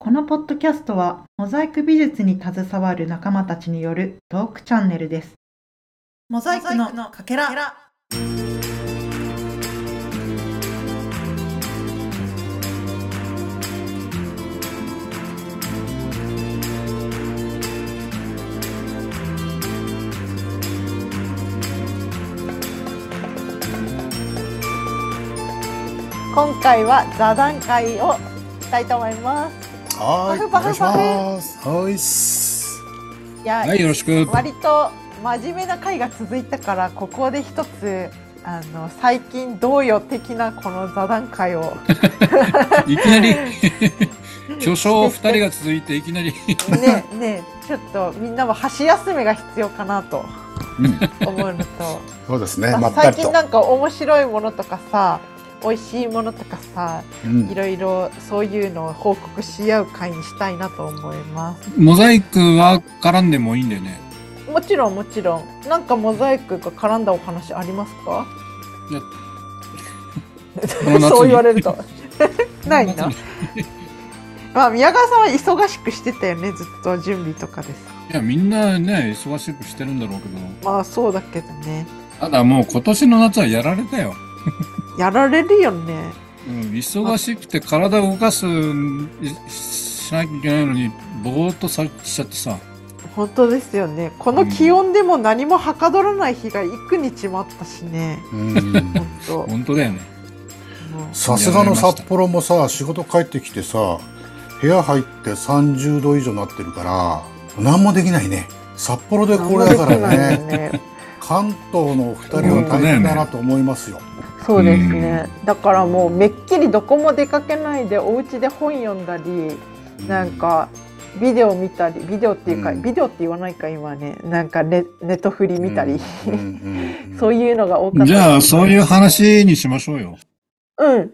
このポッドキャストはモザイク美術に携わる仲間たちによるトークチャンネルです。モザイクのかけら。今回は座談会をしたいと思います。はい、おパフ願パいしフパフます。はいっす。いや、はい、よろしく。割と真面目な会が続いたからここで一つあの最近どうよ的なこの座談会をいき なり、巨匠二人が続いて、いきなり、ねねちょっとみんなも箸休めが必要かなと思うのと、そうですね、あまった最りと近。なんか面白いものとかさ美味しいものとかさうんいろいろそういうのを報告し合う会にしたいなと思います。モザイクは絡んでもいいんだよね。もちろんもちろん。なんかモザイクが絡んだお話ありますか？いやこの夏に そう言われ るとないこのな夏。に まあ宮川さんは忙しくしてたよねずっと準備とかです。いや、みんなね、忙しくしてるんだろうけど、まあそうだけどね。ただもう今年の夏はやられたよ。やられるよね。うん、忙しくて体を動かす、いしなきゃいけないのに、ぼーっとさしちゃってさ。本当ですよね。この気温でも何もはかどらない日が幾日もあったしね。うん本当。も本当だよね。うさすがの札幌もさ仕事帰ってきてさ部屋入って30度以上になってるから何もできないね札幌でこれだから何ね もできないよね。関東のお二人は大変だなと思いますよ、そうですね。だからもうめっきりどこも出かけないでお家で本読んだり。なんかビデオ見たりビデオっていうか、うんビデオって言わないか今ねなんかネネットフリ見たり、うんうんう んそういうのが多かったじゃあ、そういう話にしましょうよ。うん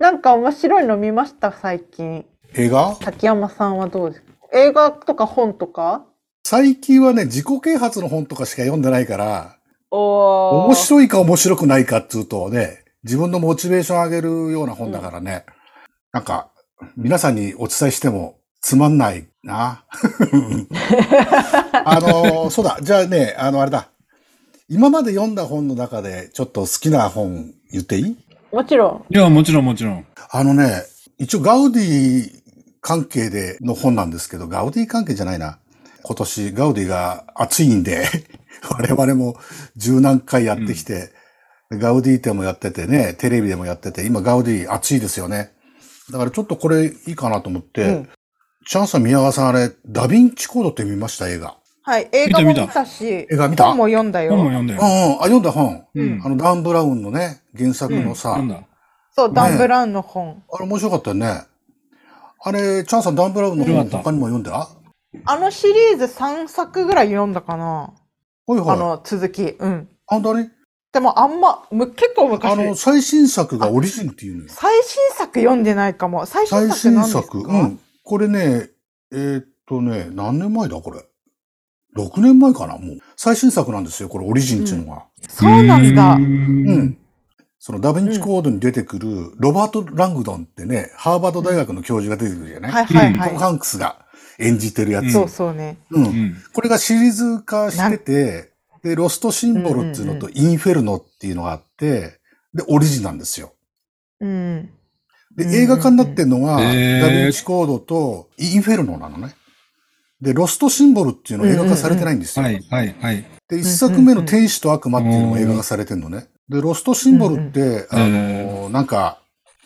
なんか面白いの見ました最近映画滝山さんはどうですか映画とか本とか最近はね自己啓発の本とかしか読んでないからおー面白いか面白くないかっつうとね自分のモチベーション上げるような本だからね、なんか皆さんにお伝えしてもつまんないな。 あの、そうだ。じゃあね、あの、あれだ。今まで読んだ本の中で、ちょっと好きな本言っていいもちろんいや、もちろんもちろん。あのね、一応ガウディ関係での本なんですけど、ガウディ関係じゃないな。今年ガウディが暑いんで、 我々も十何回やってきて、ガウディ展もやっててね、テレビでもやってて、今ガウディ暑いですよね。だからちょっとこれいいかなと思って、うんチャンさん宮川さんあれ、ダヴィンチコードって見ました映画。はい映画も見見たたし映画見た本も読んだ本もよ読んだうんうよ。ん、あ、読んだ本。うんあの、ダン・ブラウンのね、原作のさ、読んだ。そうダン・ねブラウンの本、あれ面白かったよね。あれ、チャンさんダン・ブラウンの面本白かった他にも読んだあのシリーズ3作ぐらい読んだかな、はいはい。あの続きうんあ、だね。でもあんまむ結構昔あの、最新作がオリジンっていうのよ。最新作読んでないかも。最新最作新なんですか作。うん。これね、えーっとね、何年前だこれ。6年前かなもう。最新作なんですよ。これオリジンっていうのが。そうなんだう。うん。ん。そのダヴィンチコードに出てくるロバート・ラングドンってね、ハーバード大学の教授が出てくるじゃない、はいはいトム・はハンクスが演じてるやうんい。つ。そうそうね。うんうん。これがシリーズ化してて、で、ロストシンボルっていうのとインフェルノっていうのがあって、で、オリジンなんですよ。うん。でう、ん映画化になってるのが、うんダへーヴィンチコードとインフェルノなのね。で、ロストシンボルっていうのは映画化されてないんですよ。はい、はい、はい。で、一作目の天使と悪魔っていうのも映画化されてんのね。で、ロストシンボルって、うあんのー、なんか、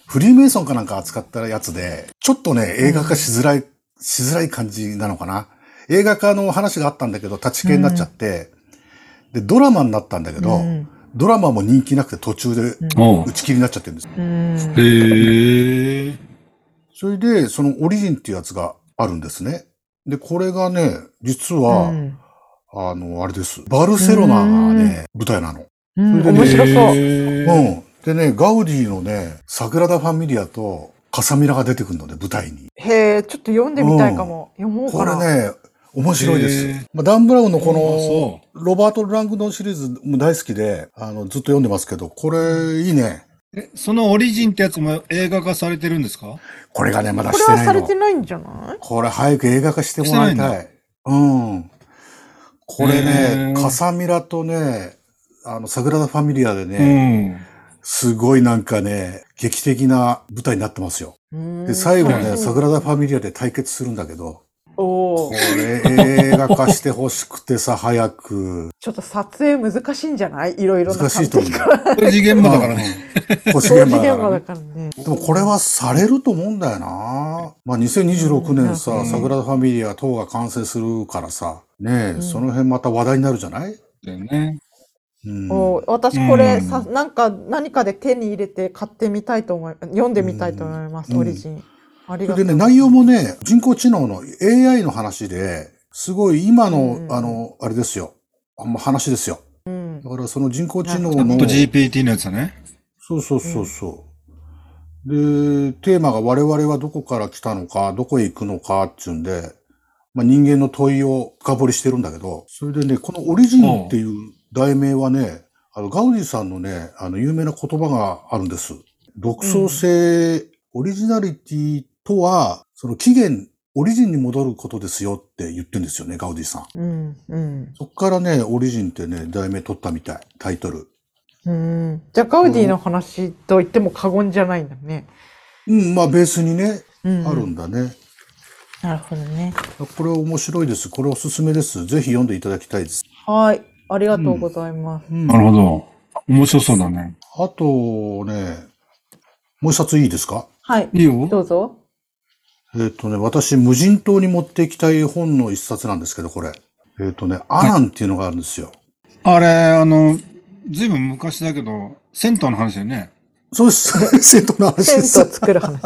フリーメイソンかなんか扱ったやつで、ちょっとね、映画化しづらい、しづらい感じなのかな。映画化の話があったんだけど、立ち消えになっちゃって、で、ドラマになったんだけど、うんドラマも人気なくて途中でお打ち切りになっちゃってるんですようんへえ。それで、そのオリジンっていうやつがあるんですね。で、これがね、実は、うんあの、あれです。バルセロナがね、舞台なの。うんそれでね面白そう。うそう。ん。でね、ガウディのね、サグラダ・ファミリアとカサミラが出てくるので、舞台に。へえ、ちょっと読んでみたいかも。読もうこかれな。ね、面白いでへすー。まあ、ダン・ブラウンのこあの、そロバート・ラングドンシリーズも大好きで、あの、ずっと読んでますけど、これ、いいね。え、そのオリジンってやつも映画化されてるんですかこれがね、まだこしれてはないされのて。ないんじゃないこれ早く映画化してもらいたい。うん。これへね、ーカサミラとね、あの、サグラダ・ファミリアでね、うん。すごいなんかね、劇的な舞台になってますよ。で、最後ね、サグラダ・ファミリアで対決するんだけど、おこーれ映画化してほしくてさ、早く。ちょっと撮影難しいんじゃないいろいろな難しいと観思う点から。これ次元もだからね。うん。都市同現時場だ現か場らだねからね。でもこれはされると思うんだよな。まあ2026年さ、うんサグラダ・ファミリア等が完成するからさ、ねえ、うんその辺また話題になるじゃないだよね。うん。おー私これさ、うなんか何かで手に入れて買ってみたいと思い読んでみたいと思います、うんオリジン。ありそがとれでう。ね、内容もね、人工知能の AI の話で、すごい今の、うんあの、あれですよ。あんま話ですよ。うんだからその人工知能チャのット、GPT のやつだね。そうそうそうそう。で、テーマが我々はどこから来たのか、どこへ行くのかっていうんで、まあ、人間の問いを深掘りしてるんだけど、それでね、このオリジンっていう題名はね、あの、ガウディさんのね、あの、有名な言葉があるんです。独創性、オリジナリティとは、その起源、オリジンに戻ることですよって言ってるんですよね、ガウディさん。うんうんそっからね、オリジンってね、題名取ったみたい、タイトル。うん、じゃあガウディの話と言っても過言じゃないんだね。うん、まあベースにね、うん、あるんだね。なるほどね。これ面白いです。これおすすめです。ぜひ読んでいただきたいです。はい。ありがとうございます。うん、なあるほど。面白そうだね。とね、もう一冊いいですかはい。いいよ。どう ぞ。えっ、とね、私、無人島に持っていきたい本の一冊なんですけど、これ。えっ、とね、アナンっていうのがあるんですよ。あれ、あの、ずいぶん昔だけど、銭湯の話だよね。そうです。戦闘の話テンでトす。作る話。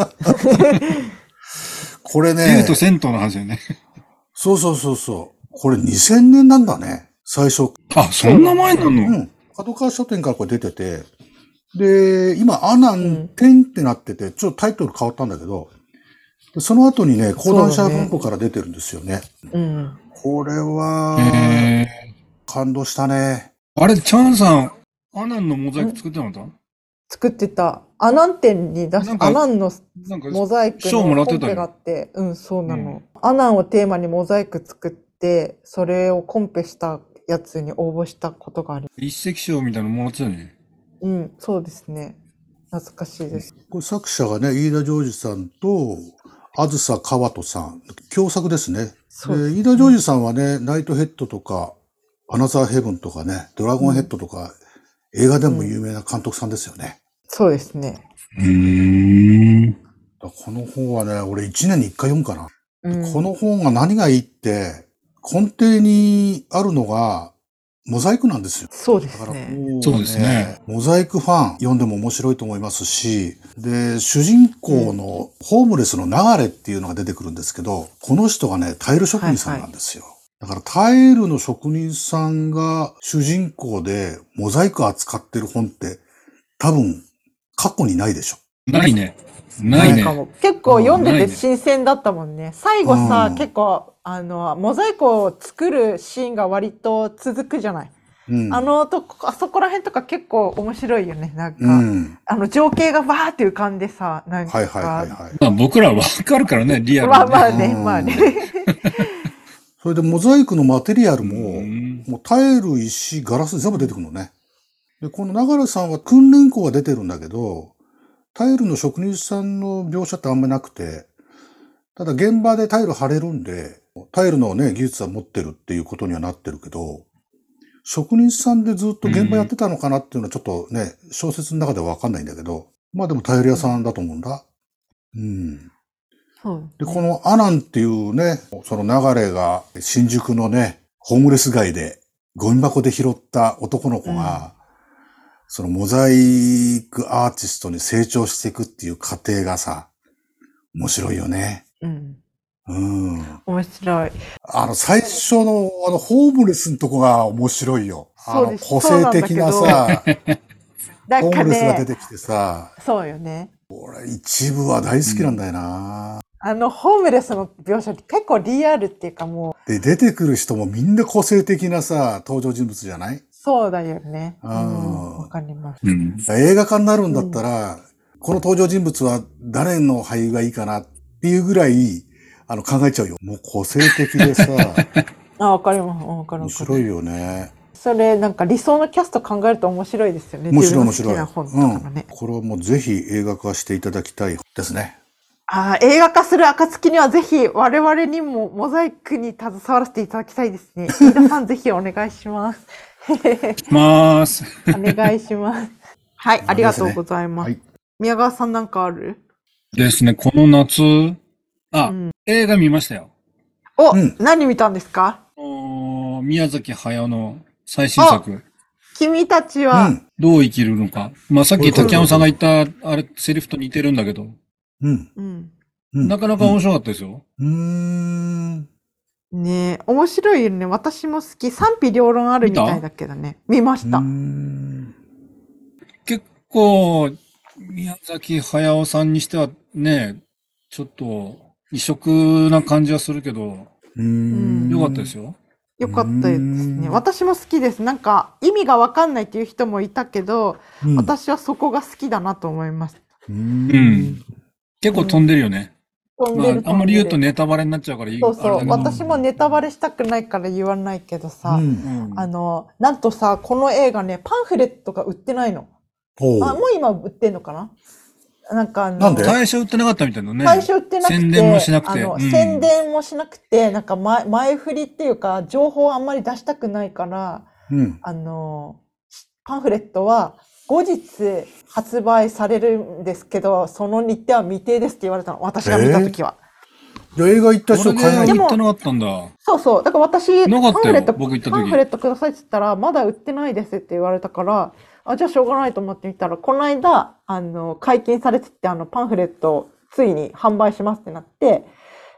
これ湯ねと、銭湯の話だよね。そうそうそうそう。これ2000年なんだね。最初。あ、そんな前なうのん。角川書店からこれ出てて、で、今、アナうんン、点ってなってて、ちょっとタイトル変わったんだけど、でその後にね、講談社文庫から出てるんですよね。うん。これは、へ感動したね。ーあれ、チャンさん、アナンのモザイク作ってなかっ作ってた。アナン店に出しなんかアナンのたなんか、モザイク賞もらのっコてンたよペがあって、うん、そうなの。アナンをテーマにモザイク作って、それをコンペしたやつに応募したことがあり。一石賞みたいなのもらってたよね。うん、そうですね。懐かしいです。これ作者がね、飯田常二さんと、あずさかわとさん。共作ですね。そうで飯田常二さんはね、ナイトヘッドとか、アナザーヘブンとかね、ドラゴンヘッドとか、映画でも有名な監督さんですよね。そうですね。うだん。からこの本はね、俺1年に1回読むかな。うん、この本が何がいいって、根底にあるのが、モザイクなんですよ。そうでだかすら、ね。そうですね。モザイクファン読んでも面白いと思いますし、で、主人公のホームレスの流れっていうのが出てくるんですけど、この人がね、タイル職人さんなんですよ。だからタイルの職人さんが主人公でモザイク扱ってる本って多分過去にないでしょ。ないね。ないね。かも結構読んでないてね新鮮だったもんね。最後さ、うん結構、あの、モザイクを作るシーンが割と続くじゃない。うん。あのとこ、あそこら辺とか結構面白いよね。なんか、うん。あの情景がバーって浮かんでさ、なんか、はいはいはいはい。まあ僕らはわかるからね、リアルまに、ね。あまあね、うんまあね。それでモザイクのマテリアルも、うんもうタイル、石、ガラス全部出てくるのね。で、この流さんは訓練校が出てるんだけど、タイルの職人さんの描写ってあんまりなくて、ただ現場でタイル貼れるんで、タイルのね、技術は持ってるっていうことにはなってるけど、職人さんでずっと現場やってたのかなっていうのはちょっとね、小説の中ではわかんないんだけど、まあでもタイル屋さんだと思うんだ。うん。そうで、このアナンっていうね、その流れが新宿のね、ホームレス街でゴミ箱で拾った男の子が、そのモザイクアーティストに成長していくっていう過程がさ、面白いよね。うん。うん。面白い。あの、最初のあの、ホームレスのとこが面白いよ。あそうの、です個性的なそうなさ、だホーかムレスが出ね、てきてさ、そうよね。俺一部は大好きなんだよな。あの、ホームレスの描写って結構リアルっていうかもう、で、出てくる人もみんな個性的なさ、登場人物じゃないそうだよね。ううんんわかります。うん。映画化になるんだったら、この登場人物は誰の俳優がいいかなっていうぐらい、あの、考えちゃうよ。もう個性的でさ、あ、 わかります。うんわかるわ面か白る。いよね。それ、なんか理想のキャスト考えると面白いですよね。面白い面自白分い。の好きな本とうかんね。。これはもうぜひ映画化していただきたいですね。あー映画化する暁にはぜひ我々にもモザイクに携わらせていただきたいです ね。飯田さんぜひお願いします。まーす。お願いします。 はい、ありがとうございます。はい。宮川さんなんかあるですね、この夏、あ、うん映画見ましたよ。お、うん何見たんですかおー宮崎駿の最新作、君たちうは、ん。どう生きるのか。まあ、さっきこれ竹山さんが言った、あれ、セリフと似てるんだけど、うん。うん、うんなかなか面白かったですよ。うーん。ねえ、面白いよね。私も好き。賛否両論あるみたいだけどね。見ました。うーん結構、宮崎駿さんにしてはね、ちょっと異色な感じはするけど、うーん。良かったですよ。よかったですね。うん私も好きです。なんか、意味がわかんないっていう人もいたけど、うん。私はそこが好きだなと思いました。ううんん。結構飛んでるよね。飛んまである、あんまり言う飛とんでるネタバレになっちゃうからいいそうそあれだう。けど私もネタバレしたくないから言わないけどさ、うんうんあの、なんとさ、この映画ね、パンフレットが売ってないの。ほう。あ、もう今売ってんのかななんかあの、なんで最初売ってなかったみたいなね。最初売ってなくて、宣伝もしなくてあの、うん宣伝もしなくて、なんか前、前振りっていうか、情報をあんまり出したくないから、うん。あの、パンフレットは後日発売されるんですけど、その日程は未定ですって言われたの。私が見たときは。じゃあ映画行ったこ人れ買えないでで売もってなかったんだ。そうそう。だから私、なパかンったフレよット、僕行った時パンフレットくださいって言ったら、まだ売ってないですって言われたから、あ、じゃあしょうがないと思ってみたら、この間、あの、解禁されてて、あの、パンフレット、ついに販売しますってなって、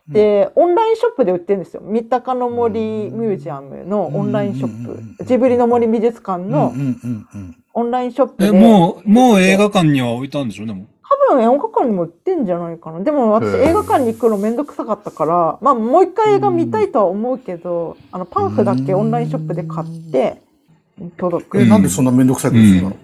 で、オンラインショップで売ってるんですよ。三鷹の森ミュージアムのオンラインショッうんうんうんうプ。んジブリの森美術館うんのうんうんうん。オンラインショップで。え、もう、もう映画館には置いたんでしょ、でも。多分映画館にも売ってんじゃないかな。でも私へー映画館に行くのめんどくさかったから、まあもう一回映画見たいとは思うけど、あのパンフだけオンラインショップで買って、届く。え、なんでそんなめんどくさいことするんだろ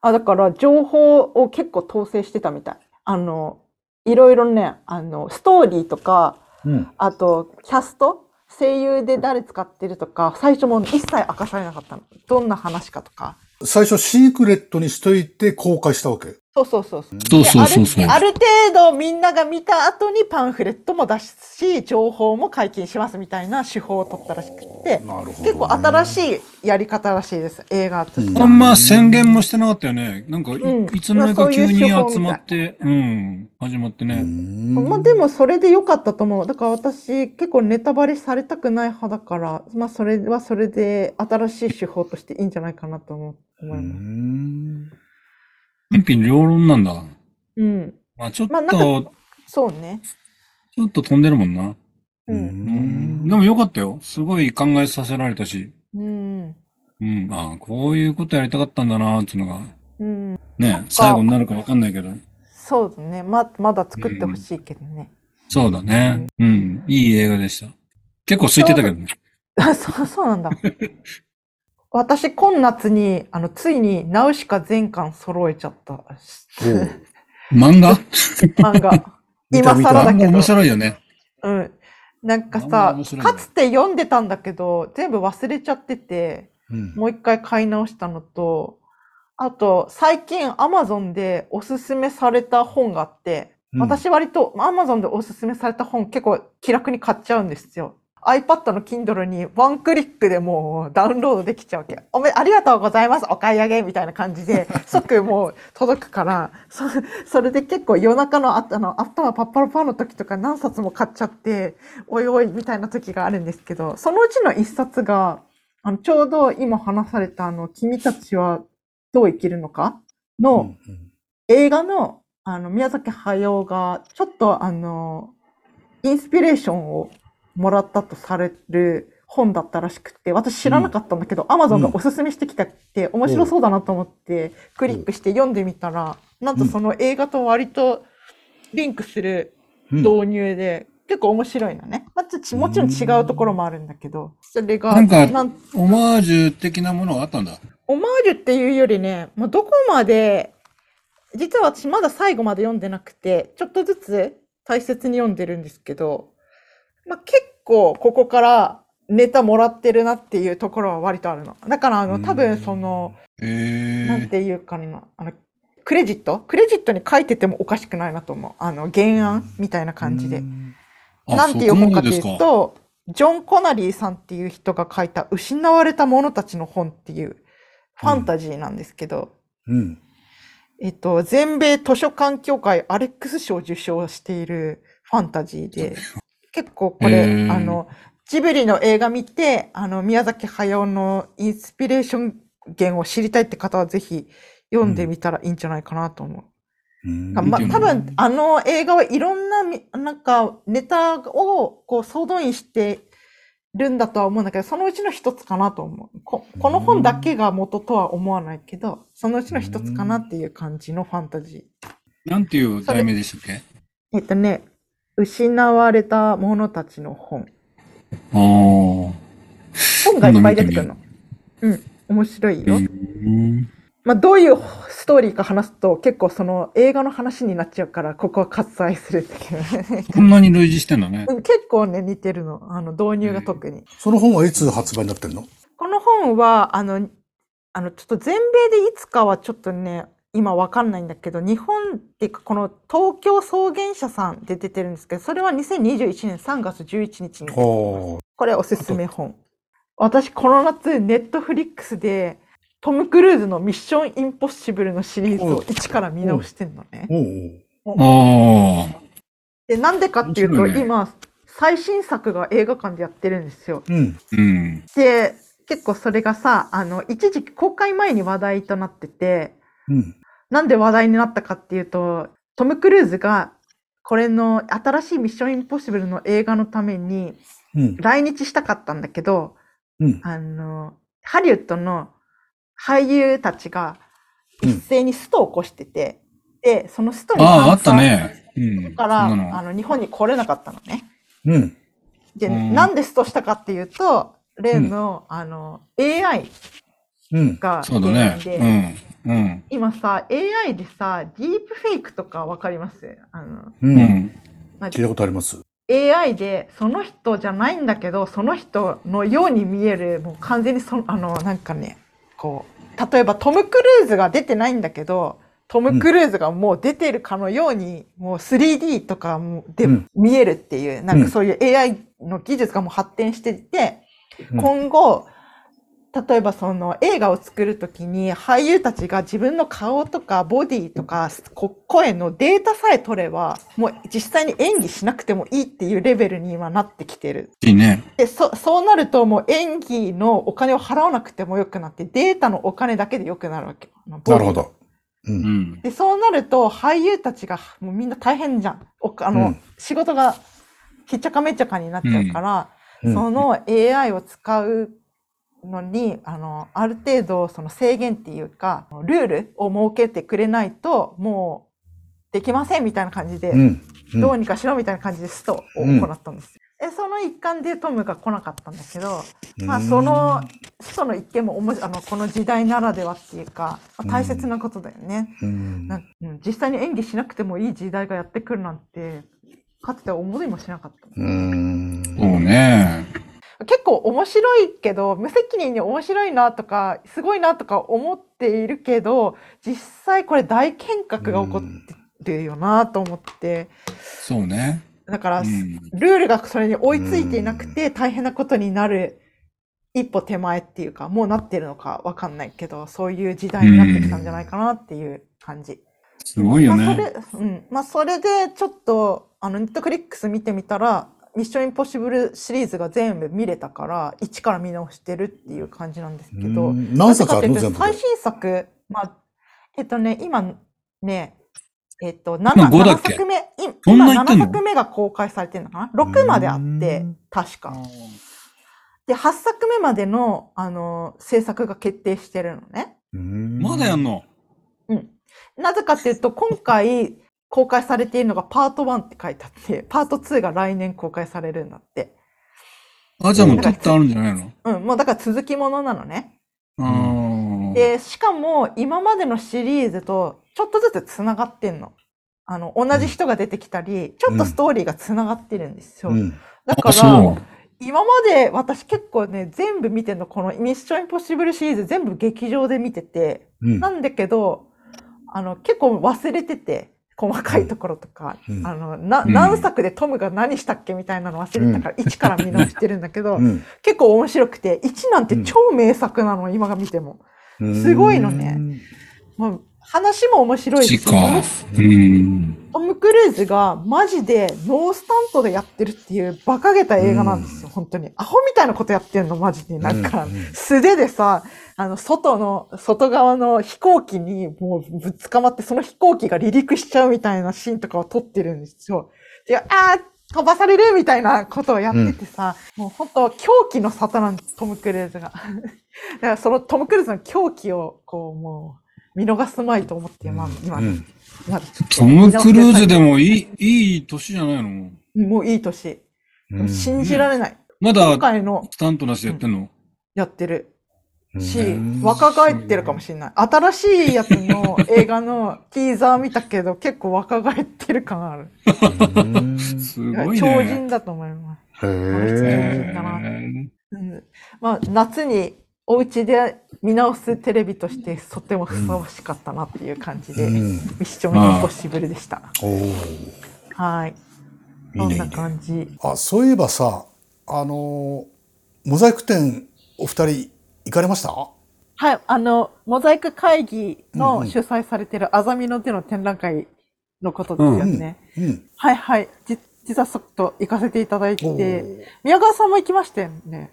あ、だから情報を結構統制してたみたい。あの、いろいろね、あの、ストーリーとか、う。うん。あと、キャスト声優で誰使ってるとか、最初もう一切明かされなかったの。どんな話かとか。最初シークレットにしといて公開したわけ。そうそうそうそう。そであるある程度みんなが見た後にパンフレットも出すし、情報も解禁しますみたいな手法を取ったらしくって、なるほど、結構新い。しいやり方らしいです、映画としてあは。んま宣言もしてなかったよね。なんかい、うんいつの間にか急にまあそういう手法みたい集まって、うん、始まってうね。んまあでもそれで良かったと思う。だから私結構ネタバレされたくない派だから、まあそれはそれで新しい手法としていいんじゃないかなと思うう思います。ん。賛否両論なんだ。うん。まあちょっと、まあなんそうね。ちょっと飛んでるもんな。う。うんうん。ん。でもよかったよ。すごい考えさせられたし。うん。うん。ああ、こういうことやりたかったんだなーっていうのが。うん。ね、最後になるかわかんないけど。そうだね。ま、まだ作ってほしいけどね。そうだね。うん。いい映画でした。結構空いてたけどね。あ、そう、そうなんだ。私、今夏に、あの、ついに、ナウシカ全巻揃えちゃったおう漫画漫画。見た今更だ漫け画ど。面白いよね。うん。なんか漫画さ面、白いねかつて読んでたんだけど、全部忘れちゃってて、うんもう一回買い直したのと、あと、最近 Amazon でおすすめされた本があって、うん私割と Amazon でおすすめされた本結構気楽に買っちゃうんですよ。iPad の Kindle にワンクリックでもうダウンロードできちゃうわけ。おめ、ありがとうございます。お買い上げみたいな感じ で、即もう届くから、そ、それで結構夜中のああの頭パッパラパーの時とか何冊も買っちゃって、おいおいみたいな時があるんですけど、そのうちの一冊が、あの、ちょうど今話されたあの、君たちはどう生きるのかのうん映画の、あの、宮崎駿が、ちょっとあの、インスピレーションをもらったとされる本だったらしくて、私知らなかったんだけど、Amazon がおすすめしてきたって、面白そうだなと思って、クリックして読んでみたら、なんとその映画と割とリンクするうん導入で、結構面白いのね。まあ、ちょっともちろん違うところもあるんだけど、それが、なんかなんオマージュ的なものがあったんだ。オマージュっていうよりね、もうどこまで、実は私まだ最後まで読んでなくて、ちょっとずつ大切に読んでるんですけど、まあ、結構ここからネタもらってるなっていうところは割とあるの。だからあの多分その、へなんえ。ていうかな、あの、クレジットクレジットに書いててもおかしくないなと思う。あの、原案みたいな感じで。あなんていう本かというそこまでですかと、ジョン・コナリーさんっていう人が書いた失われた者たちの本っていうファンタジーなんですけど、うん。えっと、全米図書館協会アレックス賞を受賞しているファンタジーで、結構こへれ、ーあの、ジブリの映画見て、あの、宮崎駿のインスピレーション源を知りたいって方はぜひ読んでみたらいいんじゃないかなと思う。うんまあ、見てみ多よう分あの映画はいろんなみ、なんかネタをこう総動員してるんだとは思うんだけど、そのうちの一つかなと思う。ここの本だけが元とは思わないけど、そのうちの一つかなっていう感じのファンタジなんていう題名でしたっけー。えっとね、失われた者たちの本。ああ。本がいっぱい出てくるの。うん、面白いよ。うんまあ、どういうストーリーか話すと、結構その映画の話になっちゃうから、ここは割愛するんだけどね。こんなに類似してんだね。うん結構ね、似てるの。あの、導入が特に。その本はいつ発売になってるのこの本は、あの、あの、ちょっと全米でいつかはちょっとね、今わかんないんだけど、日本っていうか、この東京草原社さんで出てるんですけど、それは2021年3月11日に。ほこれおすすめ本。私、この夏、ネットフリックスで、トム・クルーズのミッション・インポッシブルのシリーズおをう一から見直してんのねう。。おうああ。で、なんでかっていうと、面白いね今、最新作が映画館でやってるんですよ。うん。うん。で、結構それがさ、あの、一時期公開前に話題となってて、うん。なんで話題になったかっていうと、トム・クルーズが、これの新しいミッション・インポッシブルの映画のためにうん。来日したかったんだけど、うん。あの、ハリウッドの俳優たちが一斉にストを起こしてて、で、そのストにああ、参あっ加たね。うん。から、そんなのあの、日本に来れなかったのね。うん。で、うんなんでストしたかっていうと、例の、あの、AI うん。がそうだね。うん。うん。今さ、AI でさ、ディープフェイクとかわかりますあの、う。うんん。まあ聞いたことあります。 AI で、その人じゃないんだけど、その人のように見える、もう完全にその、あの、なんかね、こう、例えばトム・クルーズが出てないんだけど、トム・クルーズがもう出てるかのように、もう 3D とかもでうん見えるっていう、なんかそういう AI の技術がもう発展してて、うん今後、例えばその映画を作るときに俳優たちが自分の顔とかボディとかこ声のデータさえ取ればもう実際に演技しなくてもいいっていうレベルに今なってきてる。いいね。で、そ、そうなるともう演技のお金を払わなくてもよくなってデータのお金だけでよくなるわけ。ななるほ。ど。う。うんん。で、そうなると俳優たちがもうみんな大変じゃん。おあの、うん仕事がひっちゃかめっちゃかになっちゃうから、うんその AI を使うのに、あの、ある程度その制限っていうか、ルールを設けてくれないと、もうできませんみたいな感じで、うん。うんどうにかしろみたいな感じでストを行ったんです。えその一環でトムが来なかったんだけど、まあ、そのストの一件もおもしあのこの時代ならではっていうか、まあ大切なことだよね。うん。なんうかうん実際に演技しなくてもいい時代がやってくるなんてかつては思いもしなかっん。そうね。た結構面白いけど無責任に面白いなとかすごいなとか思っているけど実際これ大変革が起こってるよなと思ってそうね。だから、うん。ルールがそれに追いついていなくて大変なことになる一歩手前っていうかもうなってるのかわかんないけどそういう時代になってきたんじゃないかなっていう感じ。すごいよまあ、そね。れ、うん。まあ、それで、ちょっと、あの、ネットフリックス見てみたら、ミッションインポッシブルシリーズが全部見れたから、一から見直してるっていう感じなんですけど。うん何作あるのなぜかという全部と最で。新作、まあ、えっとね、今ね、えっと、7, 今五だっ7け作目、いそん今な言って7んの作目が公開されてるのかな ?6 まであっうてん、確か。で、8作目までの、あの、制作が決定してるのね。ままだやんのうん。なぜかっていうと、今回公開されているのがパート1って書いてあって、パート2が来年公開されるんだって。あ、じゃあもう取ってあるんじゃないのうん、もうだから続きものなのね。あーで、しかも今までのシリーズとちょっとずつ繋がってんの。あの、同じ人が出てきたり、ちょっとストーリーが繋がってるんですよ。うん。だかあ、ら、そう。今まで私結構ね、全部見てんの、このミッションインポッシブルシリーズ全部劇場で見てて、うんな。んだけど、あの、結構忘れてて、細かいところとか、うんあの、な、うん何作でトムが何したっけみたいなの忘れてたから、1から見直してるんだけど、うん結構面白くて、1なんて超名作なの、今が見ても。すごいのね。まあ、話も面白いしし、か。うん。トム・クルーズがマジでノースタントでやってるっていう馬鹿げた映画なんですよ、うん本当に。アホみたいなことやってんの、マジで。なんか、うんうん素手でさ、あの、外の、外側の飛行機にもうぶつかまって、その飛行機が離陸しちゃうみたいなシーンとかを撮ってるんですよ。で、あー、飛ばされるみたいなことをやっててさ、もう本当狂気の沙汰なんです、トム・クルーズが。 だからそのトム・クルーズの狂気を、こう、もう、見逃すまいと思って、まあ、今、うんまだちょっとトム・クルーズでもいい、いい年じゃないのもういい年。うん信じられない。まだ今、回のスタントなしでやってんのやってるし、うん若返ってるかもしれない。新しいやつの映画のティーザー見たけど、結構若返ってる感ある。 うんすごい超ね。人だと思います。へへえ。人だなえうん、まあ、夏にお家で見直すテレビとして、とてもふさわしかったなっていう感じで、うミんッションインポッシブルでした。おーはい。いそいんねいいなね。感じ。あ、そういえばさ、あのー、モザイク店、お二人行かれましたはい、あの、モザイク会議うんうのん主催されてるあざみの手の展覧会のことですよね。うん。はいはい。じ実はそっと行かせていただいおて、ー宮川さんも行きましたよね。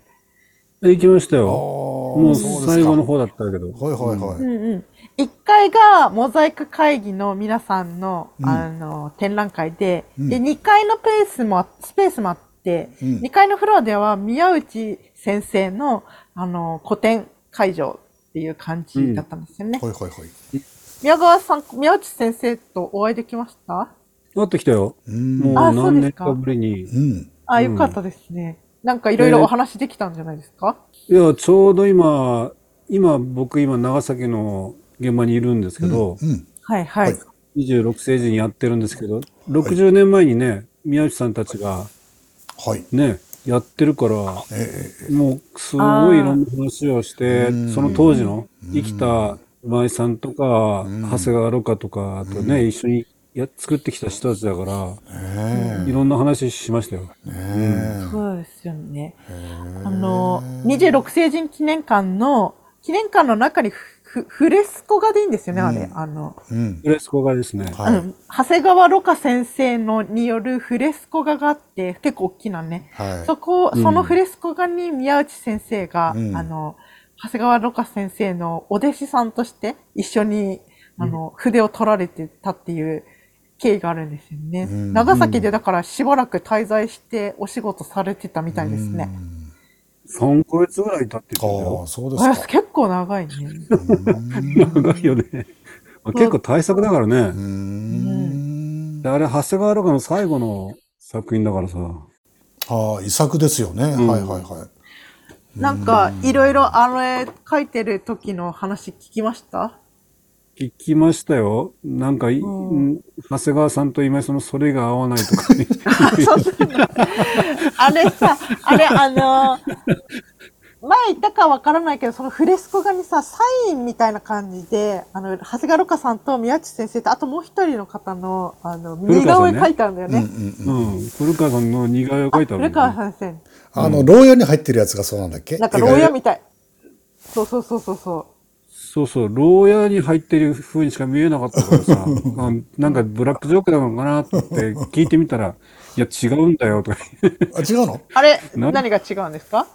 行きましたあーよ。もうそうですか最後の方だったけど。はいはいはうい。んうん。1階がモザイク会議の皆さんの、うんあの、展覧会で、うんで、2階のペースもあ、スペースもあって、うん2階のフロアでは宮内先生の、あの、個展会場っていう感じだったんですよね。はいはいはい。宮川さん、宮内先生とお会いできましたあってきたよ。うん。もうあそう何です年かかぶりに。うん。あ、うんよかったですね。なんかいろいろお話できたんじゃないですか、いや、ちょうど今、今、僕今、長崎の現場にいるんですけど、うん。はいはい。はい26世紀にやってるんですけど、60年前にね、宮内さんたちがはい。ね、やってるから、ええもうすごいいろんな話をしてあー、その当時の生きた今井さんとか、長谷川ろ過とかとね、一緒にや作ってきた人たちだから、ねいろんな話しましたよ。え。ねそうですよね。え。あの、26成人記念館の、記念館の中にフフレスコ画でいいんですよね、あれ。あの、うん。フレスコ画ですね。はい。あの長谷川ろ過先生のによるフレスコ画があって、結構大きなね。はい。そこ、うんそのフレスコ画に宮内先生が、うんあの、長谷川ろ過先生のお弟子さんとして一緒に、あの、筆を取られてたっていう経緯があるんですよね。うん長崎でだからしばらく滞在してお仕事されてたみたいですね。 3ヶ月ぐらい経ってきたああ、よ。そうであれすか。結構長いね。長いよね。まあ結構対策だからうね。ん。であれ、長谷川ろ過の最後の作品だからさ。ああ、遺作ですよね。はいんはいはい。なんか、いろいろあの絵描いてる時の話聞きました聞きましたよ。なんかい、ん長谷川さんと今井さんのそれが合わないとかね。 あれさ、あれあの前言ったかわからないけど、そのフレスコ画にさ、サインみたいな感じで、あの、長谷川ろ過さんと宮地先生と、あともう一人の方の、あの、似顔絵描いてあるんだようんうね。んうん。うん。古川さんの似顔絵を描いたもん古川先あの、牢屋に入ってるやつがそうなんだっけ生。なんか、牢屋みみたい。そうそうそうそうそう。そうそう、牢屋に入ってる風にしか見えなかったからさ、あなんかブラックジョークなのかなって聞いてみたら、いや違うんだよとか、 あ、違うのあれ、な何が違うんですか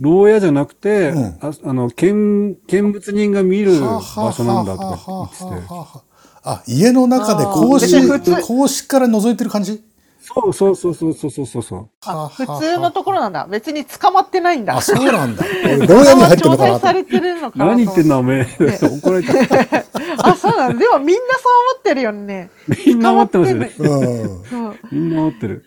牢屋じゃなくて、うんああの、見、見物人が見る場所なんだとはかあはあ言ってはあはて、あはああ、家の中で格あー別に普子、通格子から覗いてる感じそうそうそうそうそうそうそうそう。あ普通のところなんだ。別に捕まってないんだあ、。そうなんだ。俺牢屋に入ってるの調か整なとさ。れてるのかなと思何言ってんだおめえ、 怒られた。あ、そうなんだ。でもみんなそう思ってるよね。みんな思ってますよね。うん。そう。みんな思ってる。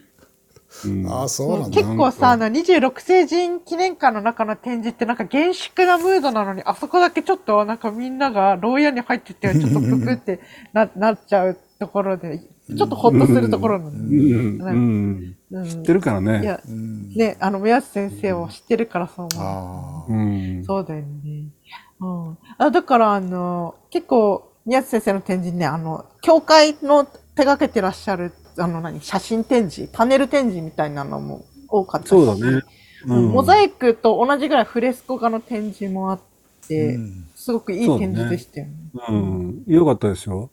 うんああ、そうなんだ。結構さ、あなの、26世紀記念館の中の展示ってなんか厳粛なムードなのに、あそこだけちょっとなんかみんなが牢屋に入ってて、ちょっとぷくってななっちゃうところで、ちょっとほっとするところなうんの。うん、うん知ってるからいね。や、うんね、あの、目安先生を知ってるからそう思う。ああ。うん。そうだよね。うん。あだから、あの、結構、宮津先生の展示ね、あの、教会の手がけてらっしゃる、あの何、写真展示、パネル展示みたいなのも多かったしそうだね。うんモザイクと同じぐらいフレスコ画の展示もあって、うんすごくいい展示でしたよね。うん。よかったでしょ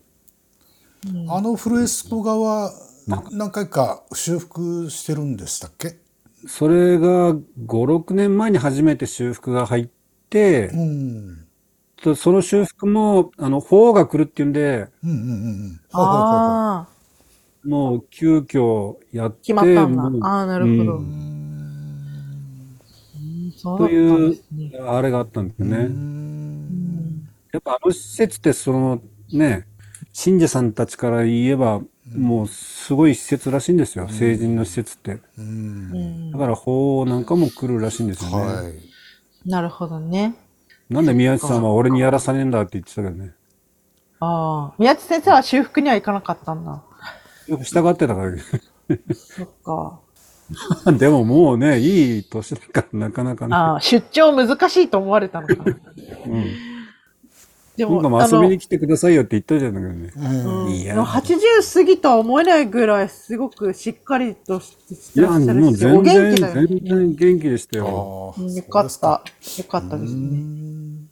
うんあのフレスコ画はなん何回か修復してるんでしたっけそれが5、6年前に初めて修復が入ってう、ん。とその修復も、あの、法が来るっていうんで、うんうんうんうん。あ。あもう急遽やって、決まったんだ。もうああ、なるほど。ううんそうとだったんでいうすね。、あれがあったんだようね。んやっぱあの施設って、その、ね、信者さんたちから言えば、もうすごい施設らしいんですよ。成人の施設って。うんうんだから法なんかも来るらしいんですよね。はい。なるほどね。なんで宮内さんは俺にやらさねえんだって言ってたけどね。ああ。宮地先生は修復には行かなかったんだ。よく従ってたからね。そっか。でももうね、いい年だからなかなかね。ああ、出張難しいと思われたのかな。うん。で今も、回もあ遊の、びに来てくださいよって言ったじゃんだけどね。うんいやでも80過ぎとは思えないぐらい、すごくしっかりとしていらや、っしゃもるうし、お全元気だよ然、ね。全然元気でしたよ。ああうんよかっ。そうた。よかったですね。ですうん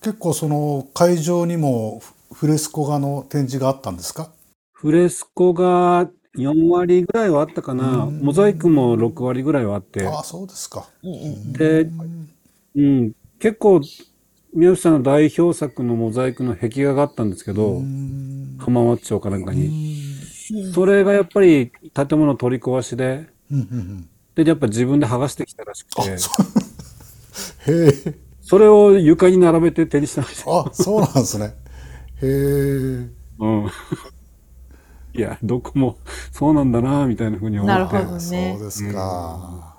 結構その会場にもフレスコ画の展示があったんですかフレスコが4割ぐらいはあったかな。うんモザイクも6割ぐらいはあって。ああ、そうですか。で、うん、結構、宮内さんの代表作のモザイクの壁画があったんですけど、うん浜松町かなんかに。それがやっぱり建物取り壊しで、うんうんで、やっぱ自分で剥がしてきたらしくて、うんへえ。それを床に並べて手にしてました。あ、そうなんですね。へえ。うん。いや、どこもそうなんだな、みたいなふうに思って。なるほどねそうですか。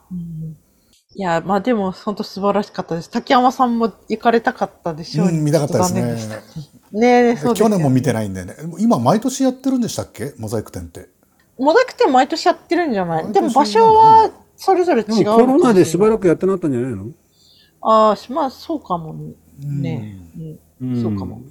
いや、まあでも、本当素晴らしかったです。竹山さんも行かれたかったでしょううん見たかったですねちょと残念でしたねえ、そうです去よ年も見てないんでね。今、毎年やってるんでしたっけモザイク展って。モザイク展毎年やってるんじゃない毎年でも場所はそれぞれ違うでもコロナでしばらく。らくやってなかったんじゃないのああ、しまあそうかもね。ねえ、うんそうかも。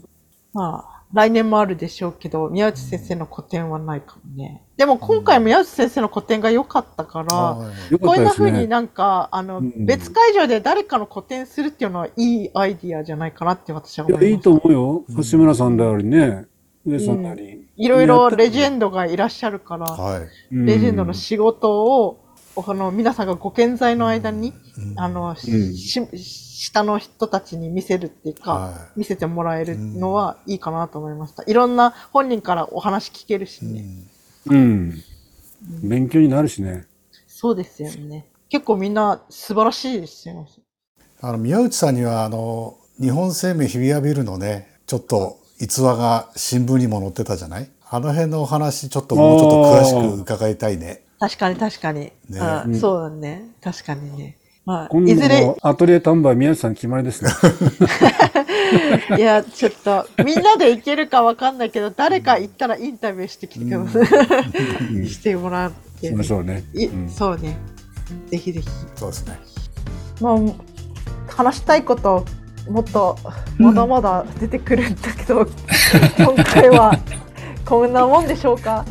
まあ、来年もあるでしょうけど、宮内先生の個展はないかもね。でも今回宮内先生の個展が良かったから、はいよかこんったでなす風にね。なんか、あの、ん別会場で誰かの個展するっていうのはいいアイディアじゃないかなって私はい思いまや、す。いいと思うよ。橋村さんでありね、上さんであり。いろいろレジェンドがいらっしゃるから、はい。うんレジェンドの仕事を、あの、皆さんがご健在の間に、あの、し下の人たちに見せるっていうか、は見せてもらえるのはいいかなと思いました。いろんな本人からお話聞けるしね。うん。勉強になるしね。そうですよね。結構みんな素晴らしいですよ。あの、宮内さんには、あの、日本生命日比谷ビルのね、ちょっと逸話が新聞にも載ってたじゃないあの辺のお話、ちょっともうちょっと詳しく伺いたいね。確かに確かに。ねあそうだね。確かにね。まあ、今い度ずれの、アトリエタンバー宮内さん決まりですね。いや、ちょっと、みんなで行けるかわかんないけど、誰か行ったらインタビューしてきてください。 してもらって。しましょうね。いそうね。ぜひぜひ。そうですね。まあ、話したいこともっとまだまだ出てくるんだけど、今回はこんなもんでしょうか。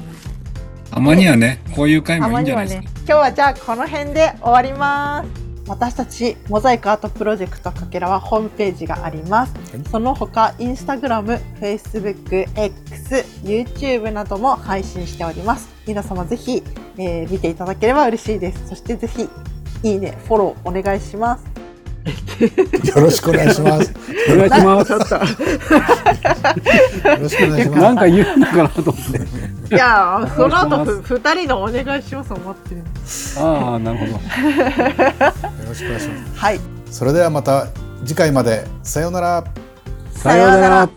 たまにはね、こういう回たもいまいんにじゃなはいですかね。。今日はじゃあこの辺で終わります。私たちモザイクアートプロジェクトかけらはホームページがあります。その他インスタグラム、フェイスブック、X、YouTube なども配信しております。皆様ぜひ、えー見ていただければ嬉しいです。そしてぜひいいね、フォローお願いします。よろしくお願いします。よお願いします。ろしくお願いし ます。なんか言うのかなと思って。いやー、その後お願いしふ2人のお願いしますを待ってるんです。ああ、なるほど。よろしくお願いしまはい。す。それではまた次回まで。さようなら。さようなら。